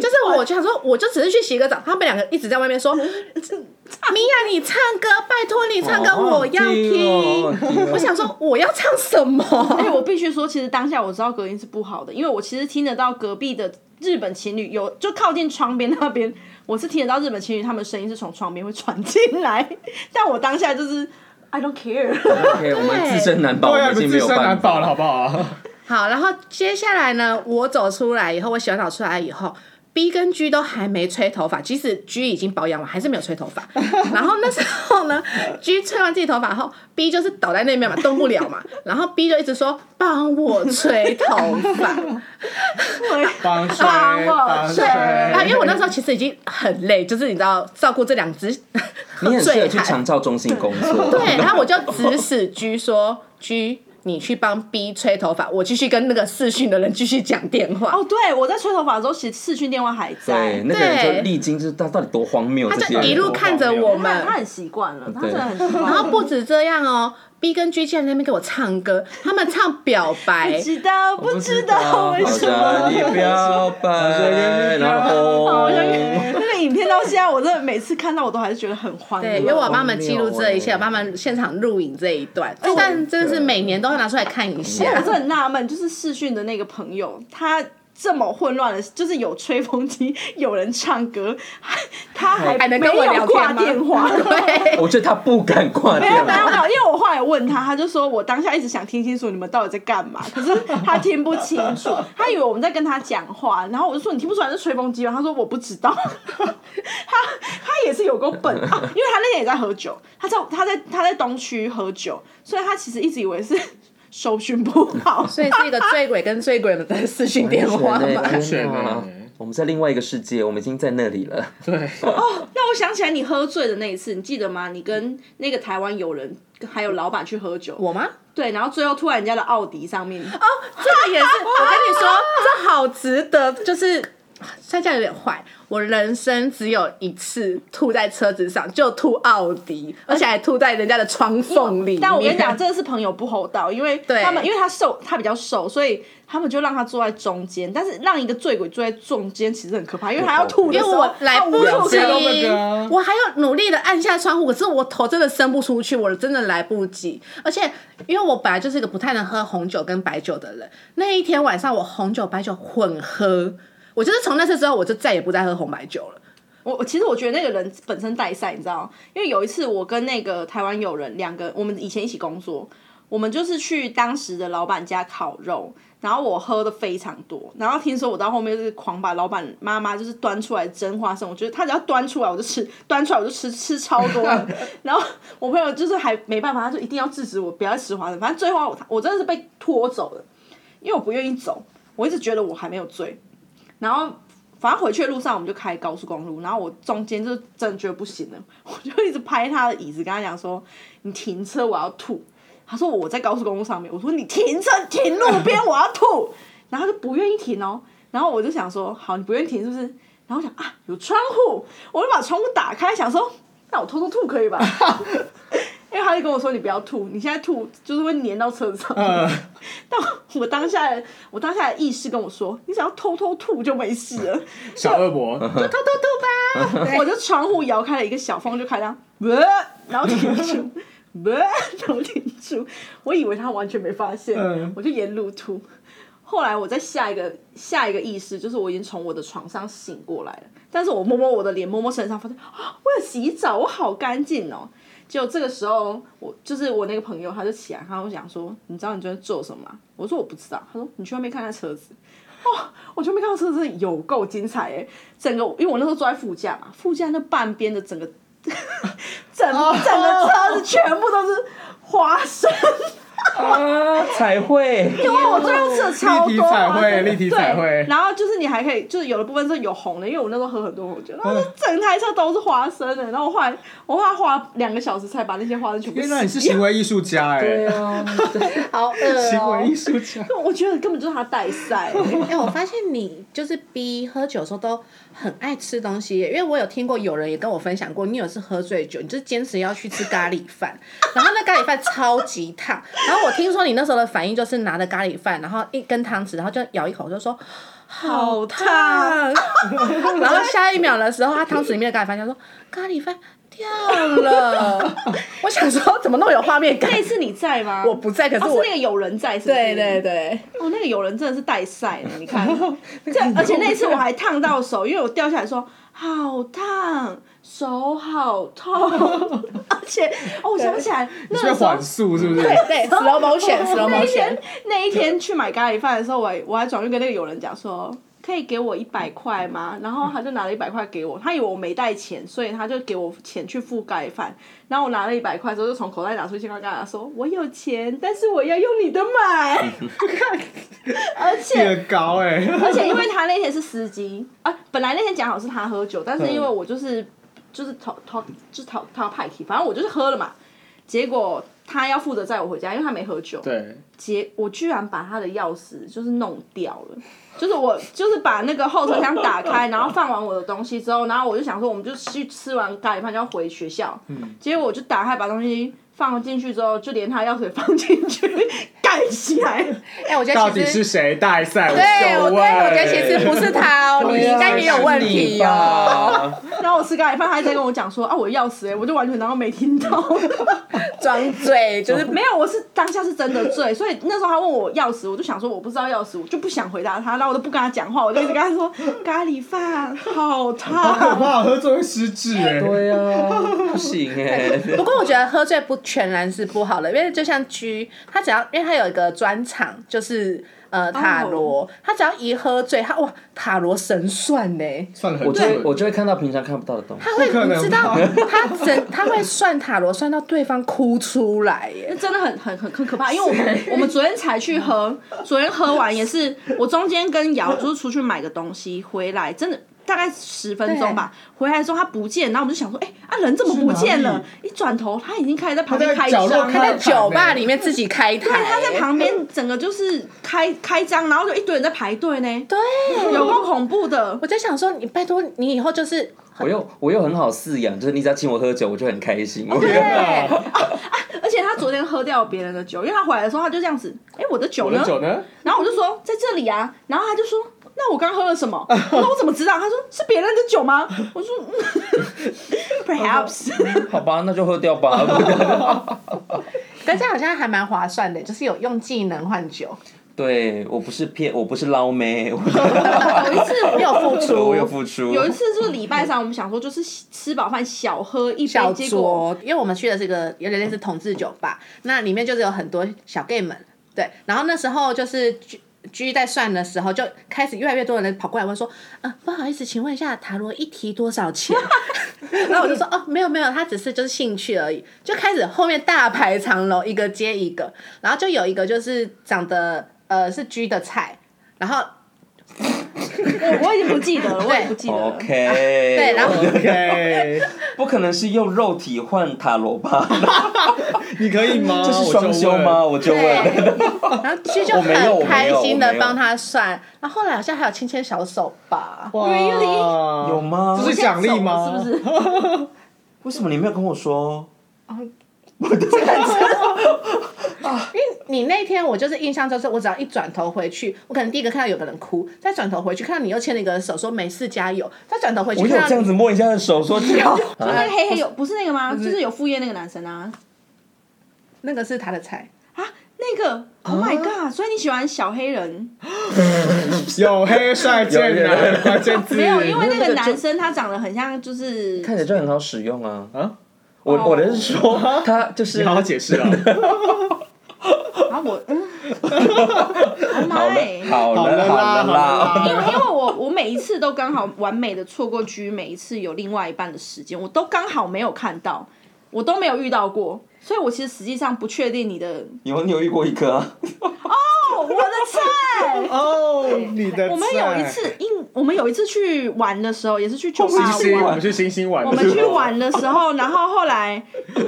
[SPEAKER 4] 就是我就想说，我就只是去洗个澡，他们两个一直在外面说：“米娅，你唱歌，拜托你唱歌，
[SPEAKER 3] 哦
[SPEAKER 4] 我要
[SPEAKER 3] 好好听哦好好听
[SPEAKER 4] 听
[SPEAKER 3] 哦。”
[SPEAKER 4] 我想说，我要唱什
[SPEAKER 5] 而且
[SPEAKER 4] 么？
[SPEAKER 5] 我必须说，其实当下我知道隔音是不好的，因为我其实听得到隔壁的日本情侣有就靠近窗边那边，我是听得到日本情侣他们声音是从窗边会传进来，但我当下就是 I don't care，
[SPEAKER 3] OK，我们自身难保，我
[SPEAKER 2] 对啊，
[SPEAKER 3] 们已
[SPEAKER 2] 你们自
[SPEAKER 3] 经没有
[SPEAKER 2] 身
[SPEAKER 3] 办
[SPEAKER 2] 难
[SPEAKER 3] 法
[SPEAKER 2] 保了，好不好？
[SPEAKER 4] 好，然后接下来呢，我走出来以后，我洗完澡出来以后。B 跟 G 都还没吹头发，即使 G 已经保养完，还是没有吹头发。然后那时候呢，G 吹完自己头发后，B 就是倒在那边嘛，动不了嘛。然后 B 就一直说帮我吹头发，
[SPEAKER 2] 帮水，
[SPEAKER 5] 帮我
[SPEAKER 2] 帮水
[SPEAKER 5] 吹，
[SPEAKER 4] 啊，因为我 那时候其实已经很累，就是你知道照顾这两只
[SPEAKER 3] 你很适合
[SPEAKER 4] 醉
[SPEAKER 3] 去
[SPEAKER 4] 汉
[SPEAKER 3] 长，照中心工作。
[SPEAKER 4] 对，然后我就
[SPEAKER 3] 哦
[SPEAKER 4] 指使 G 说 G，你去帮 B 吹头发，我继续跟那个视讯的人继续讲电话。
[SPEAKER 5] 哦，对我在吹头发的时候，其实视讯电话还在
[SPEAKER 3] 对，，那个人就
[SPEAKER 4] 对
[SPEAKER 3] 历经，就是他到底多荒谬，
[SPEAKER 4] 他
[SPEAKER 3] 这些
[SPEAKER 4] 就
[SPEAKER 3] 人
[SPEAKER 4] 一路看着我
[SPEAKER 5] 他
[SPEAKER 4] 们
[SPEAKER 5] 他，很习惯了，他
[SPEAKER 3] 对
[SPEAKER 5] 真的很习惯。
[SPEAKER 4] 然后不止这样哦，B 跟 G 竟然在那边给我唱歌，他们唱表白
[SPEAKER 5] 不，知道，不知道为
[SPEAKER 3] 好
[SPEAKER 5] 什
[SPEAKER 3] 的，
[SPEAKER 5] 么。
[SPEAKER 3] 你表白，然后
[SPEAKER 5] 好像
[SPEAKER 3] 红。
[SPEAKER 5] 那个影片到现在，我真的每次看到我都还是觉得很荒
[SPEAKER 4] 对，因为
[SPEAKER 5] 谬。
[SPEAKER 4] 我帮他们记录这一切，
[SPEAKER 3] 好
[SPEAKER 4] 我帮他们现场录影这一段，但真的是每年都会拿出来看一
[SPEAKER 5] 但哦我
[SPEAKER 4] 下
[SPEAKER 5] 是。很纳闷，就是视讯的那个朋友，他这么混乱的，就是有吹风机，有人唱歌，还他还
[SPEAKER 4] 还能
[SPEAKER 5] 没
[SPEAKER 4] 跟我
[SPEAKER 5] 有
[SPEAKER 4] 聊
[SPEAKER 5] 挂
[SPEAKER 4] 天吗
[SPEAKER 5] 电话。
[SPEAKER 4] 对，
[SPEAKER 3] 我觉得他不敢挂
[SPEAKER 5] 没有
[SPEAKER 3] 电
[SPEAKER 5] 没有没有，
[SPEAKER 3] 话。
[SPEAKER 5] 因为我后来问他，他就说我当下一直想听清楚你们到底在干嘛， 可是他听不清楚，他以为我们在跟他讲话，然后我就说你听不出来是吹风机吗？他说我不知道， 他他也是有够笨啊，因为他那天也在喝酒，他在他在他在东区喝酒，所以他其实一直以为是 收讯不 好，
[SPEAKER 4] 所以是一个醉鬼跟醉鬼的视讯电话嘛。
[SPEAKER 3] 完
[SPEAKER 2] 全
[SPEAKER 3] 全
[SPEAKER 2] 欸
[SPEAKER 3] 啊！我们在另外一个世界，我们已经在那里了。
[SPEAKER 2] 对，
[SPEAKER 5] 那我想起来你喝醉的那一次，你记得吗？你跟那个台湾友人还有老板去喝酒，
[SPEAKER 4] 我吗？
[SPEAKER 5] 对，然后最后突然人家的奥迪 上面，
[SPEAKER 4] 这个也是，我跟你说，这好值得，就是。现在有点坏，我人生只有一次吐在车子上，就吐奥迪，而且还吐在人家的窗缝里面。
[SPEAKER 5] 但我跟你讲，这个是朋友不厚道，因为
[SPEAKER 4] 对
[SPEAKER 5] 他们因为他瘦，他比较瘦，所以他们就让他坐在中间。但是让一个醉鬼坐在中间其实很可怕，因为他要吐的
[SPEAKER 4] 因
[SPEAKER 5] 时
[SPEAKER 4] 为
[SPEAKER 5] 候，
[SPEAKER 4] 我来
[SPEAKER 5] 他
[SPEAKER 4] 不
[SPEAKER 5] 无处
[SPEAKER 4] 及
[SPEAKER 5] 可
[SPEAKER 2] 到那个啊，
[SPEAKER 4] 我还有努力的按下窗户，可是我头真的伸不出去，我真的来不及。而且因为我本来就是一个不太能喝红酒跟白酒的人，那一天晚上我红酒白酒混喝，我就是从那次之后，我就再也不再喝红白酒了。
[SPEAKER 5] 我我其实我觉得那个人本身带赛，你知道吗？因为有一次我跟那个台湾友人两个，我们以前一起工作，我们就是去当时的老板家烤肉，然后我喝的非常多，然后听说我到后面就是狂把老板妈妈就是端出来蒸花生，我觉得他只要端出来我就吃，端出来我就吃，吃超多的。然后我朋友就是还没办法，他就一定要制止我不要吃花生，反正最后我我真的是被拖走了，因为我不愿意走，我一直觉得我还没有醉，然后。反正回去的路上我们就开高速公路，然后我中间就是真的觉得不行了，我就一直拍他的椅子，跟他讲说：“你停车，我要吐。”他说：“我在高速公路上面。”我说：“你停车，停路边，我要吐。”然后他就不愿意停哦，然后我就想说：“好，你不愿意停是不是？”然后我想啊，有窗户，我就把窗户打开，想说：“那我偷偷吐可以吧？” 因为他就跟我说：“你不要吐，你现在吐就是会粘到车子上。
[SPEAKER 2] 呃，
[SPEAKER 5] 但我我当下的我当下的意识跟我说：“你只要偷偷吐就没事了。”
[SPEAKER 2] 小恶魔，
[SPEAKER 5] 偷偷吐吧！我就窗户摇开了一个小缝，就开到， 呃然后停住， 呃然后停住。我以为他完全没发现
[SPEAKER 2] 嗯，
[SPEAKER 5] 我就沿路吐。后来我在下一个下一个意识，就是我已经从我的床上醒过来了，但是我摸摸我的脸，摸摸身上，发现 啊，我有洗澡，我好干净哦。就这个时候，我就是我那个朋友，他就起来，他就讲说：“你知道你昨天做什么吗？”我说：“我不知道。”他说：“你去外面看看车子。”哦我就没看到车，真的有够精彩哎、整个，因为我那时候坐在副驾嘛，副驾那半边的 整
[SPEAKER 2] 哦哦
[SPEAKER 5] 个，整整个车子全部都是花生，
[SPEAKER 3] 啊，彩绘，
[SPEAKER 5] 因为我最后吃了超
[SPEAKER 2] 立
[SPEAKER 5] 多
[SPEAKER 2] 体彩
[SPEAKER 5] 花生
[SPEAKER 2] 绘，立体彩
[SPEAKER 5] 对
[SPEAKER 2] 绘，
[SPEAKER 5] 然后就是你还可以，就是有的部分是有红的，因为我那时候喝很多红酒，然
[SPEAKER 2] 嗯
[SPEAKER 5] 后就整台车都是花生的、然后我后来我后来花两个小时才把那些花生全部
[SPEAKER 2] 天哪，
[SPEAKER 5] 洗
[SPEAKER 2] 你是行为艺术家哎、
[SPEAKER 3] 对啊，
[SPEAKER 4] 好饿
[SPEAKER 2] 行
[SPEAKER 4] 哦
[SPEAKER 2] 为艺！术家。
[SPEAKER 5] 我觉得根本就是他带赛、欸
[SPEAKER 4] 哎、我发现你就是逼喝酒的时候都很爱吃东西耶，因为我有听过有人也跟我分享过，你有一次喝醉酒，你就是坚持要去吃咖喱饭，然后那咖喱饭超级烫，然后我听说你那时候的反应就是拿着咖喱饭，然后一根汤匙，然后就咬一口就说好烫， 然后下一秒的时候，他汤匙里面的咖喱饭，他说咖喱饭掉了， 我想说怎么那么有画面感
[SPEAKER 5] 那，一次你在吗？
[SPEAKER 4] 我不在，可是
[SPEAKER 5] 哦，
[SPEAKER 4] 我、
[SPEAKER 5] 是那个有人在，是不是？
[SPEAKER 4] 对对对。
[SPEAKER 5] 哦，那个有人真的是带赛呢，你看，这而且那一次我还烫到手，因为我掉下来说好烫，手好 痛，而且哦，我想起来
[SPEAKER 2] 你
[SPEAKER 5] 那
[SPEAKER 2] 是
[SPEAKER 5] 个
[SPEAKER 2] 在
[SPEAKER 5] 时候
[SPEAKER 2] 缓速是不是？
[SPEAKER 4] 对，slow motion，slow
[SPEAKER 5] 那一天
[SPEAKER 4] motion，
[SPEAKER 5] 那一天去买咖喱饭的时候，我还我还转去跟那个友人讲说。可以给我一百块吗？然后他就拿了一百块给我，他以为我没带钱，所以他就给我钱去付咖喱饭。然后我拿了一百块之后，就从口袋拿出一千块，跟他说：“我有钱，但是我要用你的买。” 而且
[SPEAKER 2] 越高哎、
[SPEAKER 5] 而且因为他那天是司机啊，本来那天讲好是他喝酒，但是因为我就是就是逃逃就是逃逃派题，反正我就是喝了嘛。结果他要负责载我回家，因为他没喝酒。
[SPEAKER 2] 对，
[SPEAKER 5] 结我居然把他的钥匙就是弄掉了，就是我就是把那个后车厢打开，然后放完我的东西之后，然后我就想说我们就去吃完咖喱饭就要回学校，结果我就打开把东西放进去之后，就连他钥匙也放进去盖起来。
[SPEAKER 4] 哎，我觉
[SPEAKER 2] 到
[SPEAKER 4] 得其
[SPEAKER 2] 底
[SPEAKER 4] 实
[SPEAKER 2] 是谁带赛？
[SPEAKER 4] 对，我
[SPEAKER 2] 我
[SPEAKER 4] 对我觉得其实不是他哦，你应该也有问题哦，
[SPEAKER 3] 吧。
[SPEAKER 5] 然后我吃咖喱饭，他还在跟我讲说啊我的钥匙哎、我就完全当做没听到。
[SPEAKER 4] 装醉就是
[SPEAKER 5] 没有，我是当下是真的醉，所以那时候他问我钥匙，我就想说我不知道钥匙，我就不想回答他，然后我都不跟他讲话，我就一直跟他说咖喱饭好
[SPEAKER 2] 好可
[SPEAKER 5] 烫。
[SPEAKER 2] 怕，我喝醉会失智哎、
[SPEAKER 3] 对啊，不行哎、
[SPEAKER 4] 不过我觉得喝醉不全然是不好的，因为就像居，他只要因为他有一个专场，就是呃塔罗，他只要一喝醉，他哇塔罗神算呢。
[SPEAKER 2] 算了很
[SPEAKER 3] 我就
[SPEAKER 2] 准，
[SPEAKER 3] 会我就会看到平常看不到的东西。
[SPEAKER 4] 他会
[SPEAKER 2] 不可能
[SPEAKER 4] 你知道
[SPEAKER 2] 吧
[SPEAKER 4] 他整他会算塔罗算到对方哭出来 耶，
[SPEAKER 5] 真的很很很很可怕，因为我们我们昨天才去喝，昨天喝完也是我中间跟瑶就是出去买个东西回来，真的大概十分钟吧，回来之后他不见，然后我们就想说，哎、啊人怎么不见
[SPEAKER 2] 去哪
[SPEAKER 5] 了？一转头他已经开始在旁边
[SPEAKER 2] 他
[SPEAKER 5] 开
[SPEAKER 2] 在角
[SPEAKER 5] 张
[SPEAKER 2] 落
[SPEAKER 5] 了，
[SPEAKER 4] 他在酒吧
[SPEAKER 2] 欸
[SPEAKER 4] 里面自己开台
[SPEAKER 5] 对，
[SPEAKER 4] 耶，
[SPEAKER 5] 他在旁边整个就是开开张，然后就一堆人在排队呢，
[SPEAKER 4] 对，
[SPEAKER 5] 有够恐怖的
[SPEAKER 4] 我。在想说，你拜托你以后就是
[SPEAKER 3] 我又我又很好饲养，就是你只要请我喝酒，我就很开心。我
[SPEAKER 2] 天 哪，
[SPEAKER 5] 而且他昨天喝掉别人的酒，因为他回来的时候他就这样子，哎、我的酒
[SPEAKER 2] 我
[SPEAKER 5] 呢？
[SPEAKER 2] 的酒呢？
[SPEAKER 5] 然后我就说在这里啊，然后他就说。那我刚喝了什么？我说我怎么知道？他说是别人的酒吗？我说、嗯、perhaps。
[SPEAKER 3] 好吧，那就喝掉吧。
[SPEAKER 4] 但这样好像还蛮划算的，就是有用技能换酒，
[SPEAKER 3] 对我不是骗，我不是捞妹，我
[SPEAKER 4] 有一次没有付
[SPEAKER 3] 我有
[SPEAKER 4] 出。
[SPEAKER 3] 付出。
[SPEAKER 5] 有一次就是礼拜三，我们想说就是吃饱饭小喝一杯
[SPEAKER 4] 小，
[SPEAKER 5] 结果
[SPEAKER 4] 酌，因为我们去的是一个有点类似同志酒吧，那里面就是有很多小 gay 们，对，然后那时候就是居居在算的时候，就开始越来越多人跑过来问说，呃，不好意思，请问一下塔罗一提多少钱？ 然后我就说哦，没有没有，他只是就是兴趣而已，就开始后面大排长龙，一个接一个，然后就有一个就是长得呃是居的菜，然后
[SPEAKER 5] 我我已经不记得了，我也不记得了。
[SPEAKER 3] OK，对
[SPEAKER 4] 对，然后
[SPEAKER 2] OK，
[SPEAKER 3] 不可能是用肉体换塔罗吧？
[SPEAKER 2] 你可以吗？
[SPEAKER 3] 这是双
[SPEAKER 2] 我就
[SPEAKER 3] 休
[SPEAKER 2] 问
[SPEAKER 3] 吗？？啊我就问。
[SPEAKER 4] 对，然后居就
[SPEAKER 3] 我没有我
[SPEAKER 4] 很
[SPEAKER 3] 没
[SPEAKER 4] 开
[SPEAKER 3] 有
[SPEAKER 4] 心
[SPEAKER 3] 我
[SPEAKER 4] 的
[SPEAKER 3] 没有
[SPEAKER 4] 帮他算，然后后来好像还有牵牵小手吧，
[SPEAKER 2] 哇
[SPEAKER 5] Really？
[SPEAKER 3] 有吗
[SPEAKER 2] 这是奖励吗？
[SPEAKER 5] 是不是？
[SPEAKER 3] 为什么你没有跟我说？
[SPEAKER 4] 因为你那天我就是印象就是我只要一转头回去，我可能第一个看到有个人哭，再转头回去看到你又牵了一个人手说没事加油，再转头回去
[SPEAKER 3] 我有
[SPEAKER 4] 看
[SPEAKER 3] 这
[SPEAKER 4] 到
[SPEAKER 3] 样
[SPEAKER 4] 你
[SPEAKER 3] 子摸一下的手说跳。
[SPEAKER 5] 就那
[SPEAKER 3] 啊
[SPEAKER 5] 个黑黑有不是那个吗？就是有副业那个男生啊。
[SPEAKER 4] 那个是他的菜，
[SPEAKER 5] 啊，那个，Oh my god！、所以你喜欢小黑人？
[SPEAKER 2] 有黑帅贱
[SPEAKER 3] 有黑
[SPEAKER 2] 男
[SPEAKER 3] 帅
[SPEAKER 2] 关键字
[SPEAKER 5] 没有，因为那
[SPEAKER 3] 那
[SPEAKER 5] 个
[SPEAKER 3] 个
[SPEAKER 5] 男
[SPEAKER 3] 就
[SPEAKER 5] 生他长得很像，就是
[SPEAKER 3] 看起来就很好使用啊！
[SPEAKER 2] 啊，
[SPEAKER 3] 我
[SPEAKER 5] 哦
[SPEAKER 3] 我的是说，他就是
[SPEAKER 2] 你好好解释啊。
[SPEAKER 5] 然后我，嗯，Oh
[SPEAKER 3] 好了
[SPEAKER 5] my！，
[SPEAKER 3] 好
[SPEAKER 2] 好了
[SPEAKER 3] 了，
[SPEAKER 2] 啦，
[SPEAKER 3] 好了啦。
[SPEAKER 5] 因为因为我我每一次都刚好完美的错过居，每一次有另外一半的时间，我都刚好没有看到，我都没有遇到过。所以我其实实际上不确定你的
[SPEAKER 3] 有你有遇过一个、啊，
[SPEAKER 5] 哦，我的菜。
[SPEAKER 2] 哦，你的
[SPEAKER 5] 我们有一次，因我们有一次去玩的时候，也哦是去酒吧
[SPEAKER 2] 星星，
[SPEAKER 5] 玩。
[SPEAKER 2] 我们去星星玩，
[SPEAKER 5] 我们去玩的时候，然后后来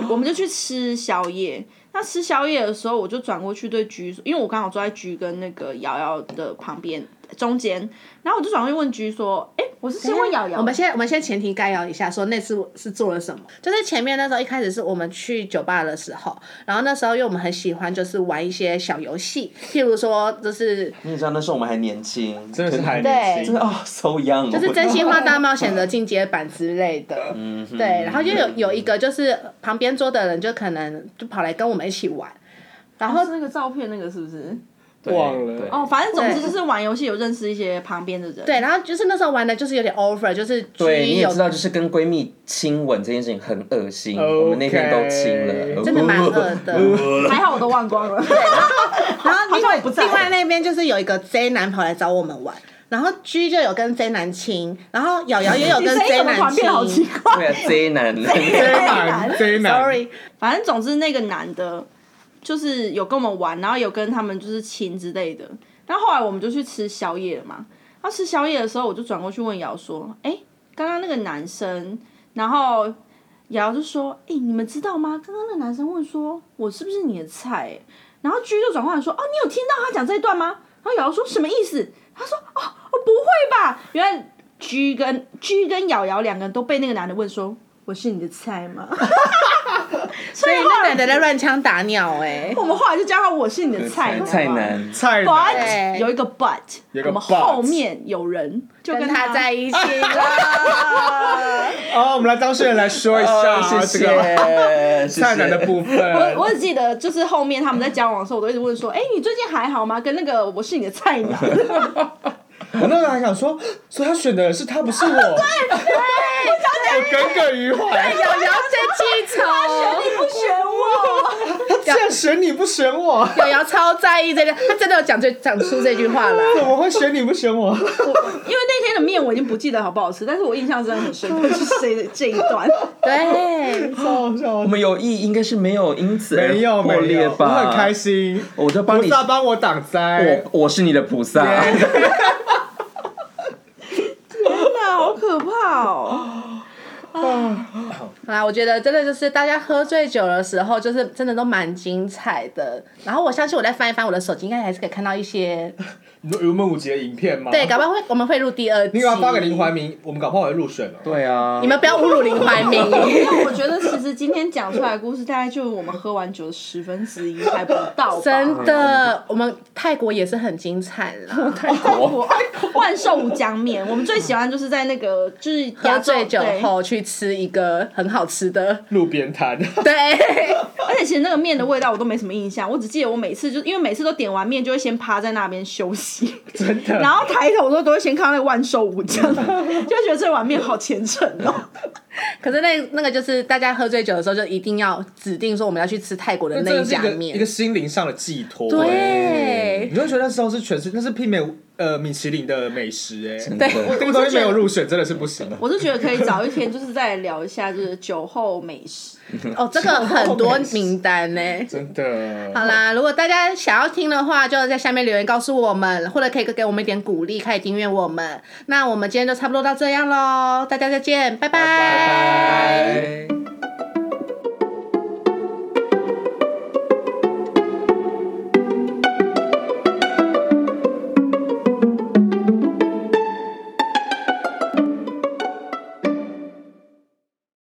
[SPEAKER 5] 我们就去吃宵夜。那吃宵夜的时候，我就转过去对菊，因为我刚好坐在菊跟那个瑶瑶的旁边中间，然后我就转过去问菊说：“哎、我是先问瑶瑶，
[SPEAKER 4] 我们先我们先前提概要一下，说那次我是做了什么。就是前面那时候一开始是我们去酒吧的时候，然后那时候因为我们很喜欢就是玩一些小游戏，譬如说就是
[SPEAKER 3] 你也知道那时候我们还年轻，
[SPEAKER 2] 真的是还年轻
[SPEAKER 3] 真的。哦，so young，
[SPEAKER 4] 就是真心话大冒险的进阶版之类的。
[SPEAKER 3] 嗯
[SPEAKER 4] 对，然后就有有一个就是旁边桌的人就可能就跑来跟我们一起玩，然后
[SPEAKER 5] 哦是那个照片那个是不是？
[SPEAKER 3] 对
[SPEAKER 2] 忘了
[SPEAKER 3] 对
[SPEAKER 5] 哦，反正总之就是玩游戏有认识一些旁边的人。
[SPEAKER 4] 对，然后就是那时候玩的就是有点 over，就是
[SPEAKER 3] 对，
[SPEAKER 4] G
[SPEAKER 3] 你也
[SPEAKER 4] 有
[SPEAKER 3] 知道，就是跟闺蜜亲吻这件事情很恶心
[SPEAKER 2] OK
[SPEAKER 3] 我们那天都亲了，
[SPEAKER 4] 真的蛮恶的。
[SPEAKER 5] 还好我都忘光 了。
[SPEAKER 4] 然后
[SPEAKER 5] 好
[SPEAKER 4] 另
[SPEAKER 5] 像
[SPEAKER 4] 外
[SPEAKER 5] 我不在
[SPEAKER 4] 另外那边就是有一个 Z 男跑来找我们玩，然后 G 就有跟 Z 男亲，然后瑶瑶也有跟
[SPEAKER 5] 你
[SPEAKER 4] Z
[SPEAKER 5] 怎么
[SPEAKER 4] 男
[SPEAKER 5] 转
[SPEAKER 4] 亲
[SPEAKER 5] 变。好奇怪？
[SPEAKER 3] 对啊，贼难，
[SPEAKER 2] 贼难，贼难
[SPEAKER 4] Sorry，
[SPEAKER 5] 反正总之那个男的，就是有跟我们玩，然后有跟他们就是亲之类的。然后后来我们就去吃宵夜了嘛。然后吃宵夜的时候，我就转过去问瑶说：“哎、刚刚那个男生。”然后瑶就说：“哎、你们知道吗？刚刚那个男生问说我是不是你的菜、然后 G 就转过来说：“哦，你有听到他讲这一段吗？”然后瑶瑶说：“什么意思？”他说：“哦，我不会吧？”原来 G 跟 G 跟瑶瑶两个人都被那个男的问说：“我是你的菜吗？” 所
[SPEAKER 4] 对
[SPEAKER 5] 以
[SPEAKER 4] 那
[SPEAKER 5] 后
[SPEAKER 4] 男
[SPEAKER 5] 来
[SPEAKER 4] 的在乱枪打鸟哎、
[SPEAKER 5] 我们后来就叫他我是你的菜
[SPEAKER 3] 菜菜
[SPEAKER 5] 吗
[SPEAKER 3] 难，
[SPEAKER 2] 菜男，
[SPEAKER 5] But
[SPEAKER 4] 对
[SPEAKER 5] 有一个 but，
[SPEAKER 2] 有一个
[SPEAKER 5] 我们
[SPEAKER 2] but
[SPEAKER 5] 后面有人就
[SPEAKER 4] 跟
[SPEAKER 5] 他
[SPEAKER 4] 他在一起了。
[SPEAKER 2] 哦，我们来当事人来说一下
[SPEAKER 3] 哦
[SPEAKER 2] 啊这
[SPEAKER 3] 谢
[SPEAKER 2] 个
[SPEAKER 3] 谢，谢
[SPEAKER 2] 菜男的
[SPEAKER 3] 谢。
[SPEAKER 2] 部分。
[SPEAKER 5] 我我只记得，就是后面他们在交往的时候，我都一直问说：“哎、你最近还好吗？”跟那个我是你的菜 鸟，
[SPEAKER 2] 我那时候还想说，所以他选的人是他，不 是我。我耿耿于怀，
[SPEAKER 4] 瑶瑶在记仇，
[SPEAKER 5] 不选我。
[SPEAKER 2] 他竟然选你不选我，
[SPEAKER 4] 瑶瑶超在意这个，她真的有讲这讲出这句话来。
[SPEAKER 2] 怎么会选你不选我？
[SPEAKER 5] 因为那天的面我已经不记得好不好吃，但是我印象真的很深刻，就是谁的这一段。
[SPEAKER 4] 对，
[SPEAKER 2] 好好笑
[SPEAKER 3] 我。们友谊应该是没有因此而
[SPEAKER 2] 没有
[SPEAKER 3] 破
[SPEAKER 2] 没
[SPEAKER 3] 裂
[SPEAKER 2] 有，我
[SPEAKER 3] 吧？
[SPEAKER 2] 很开，心，
[SPEAKER 3] 我就帮
[SPEAKER 2] 菩
[SPEAKER 3] 你，
[SPEAKER 2] 萨帮我挡灾
[SPEAKER 3] 我。我是你的菩萨。
[SPEAKER 5] 真的好可怕哦！
[SPEAKER 4] 好啦，我觉得真的就是大家喝醉酒的时候，就是真的都蛮精彩的。然后我相信我再翻一翻我的手机，应该还是可以看到一 些
[SPEAKER 2] 你说《云梦五集》的影片吗？
[SPEAKER 4] 对，搞不好会我们会录第二季。
[SPEAKER 2] 你把它发给林怀民，我们搞不好会入选了。哦
[SPEAKER 3] 对啊，
[SPEAKER 4] 你们不要侮辱林怀民。
[SPEAKER 5] 因为我觉得其实今天讲出来的故事，大概就是我们喝完酒的十分之一，还不到吧。
[SPEAKER 4] 真的，我们泰国也是很精彩了。哦
[SPEAKER 5] 我万寿江面，我们最喜欢就是在那个就是
[SPEAKER 4] 喝醉酒
[SPEAKER 5] 对
[SPEAKER 4] 后去吃一个很好吃的，
[SPEAKER 2] 路边摊，
[SPEAKER 4] 对，
[SPEAKER 5] 而且其实那个面的味道我都没什么印象，我只记得我每次就因为每次都点完面就会先趴在那边休 息，
[SPEAKER 2] 真的。
[SPEAKER 5] 然后抬头都都会先看到那个万寿无疆，就觉得这碗面好虔诚哦。
[SPEAKER 4] 可是那那个就是大家喝醉酒的时候，就一定要指定说我们要去吃泰国的
[SPEAKER 2] 那
[SPEAKER 4] 那
[SPEAKER 2] 真的
[SPEAKER 4] 一
[SPEAKER 2] 是一
[SPEAKER 4] 家
[SPEAKER 2] 个一个
[SPEAKER 4] 面，
[SPEAKER 2] 心灵上的寄托。
[SPEAKER 4] 对
[SPEAKER 2] 你会觉得那时候是全是那是媲美呃米其林的美食哎、欸，
[SPEAKER 3] 真的
[SPEAKER 4] 对
[SPEAKER 2] 这个东西没有入选真的是不行。
[SPEAKER 5] 我是觉得可以早一天就是再聊一下就是酒后美食，
[SPEAKER 4] 哦，这个很 多名单呢、
[SPEAKER 2] 真的，
[SPEAKER 4] 好啦，如果大家想要听的话，就在下面留言告诉我们，或者可以给我们一点鼓励，可以订阅我们。那我们今天就差不多到这样喽，大家再见，拜拜
[SPEAKER 2] 拜拜。
[SPEAKER 3] 拜。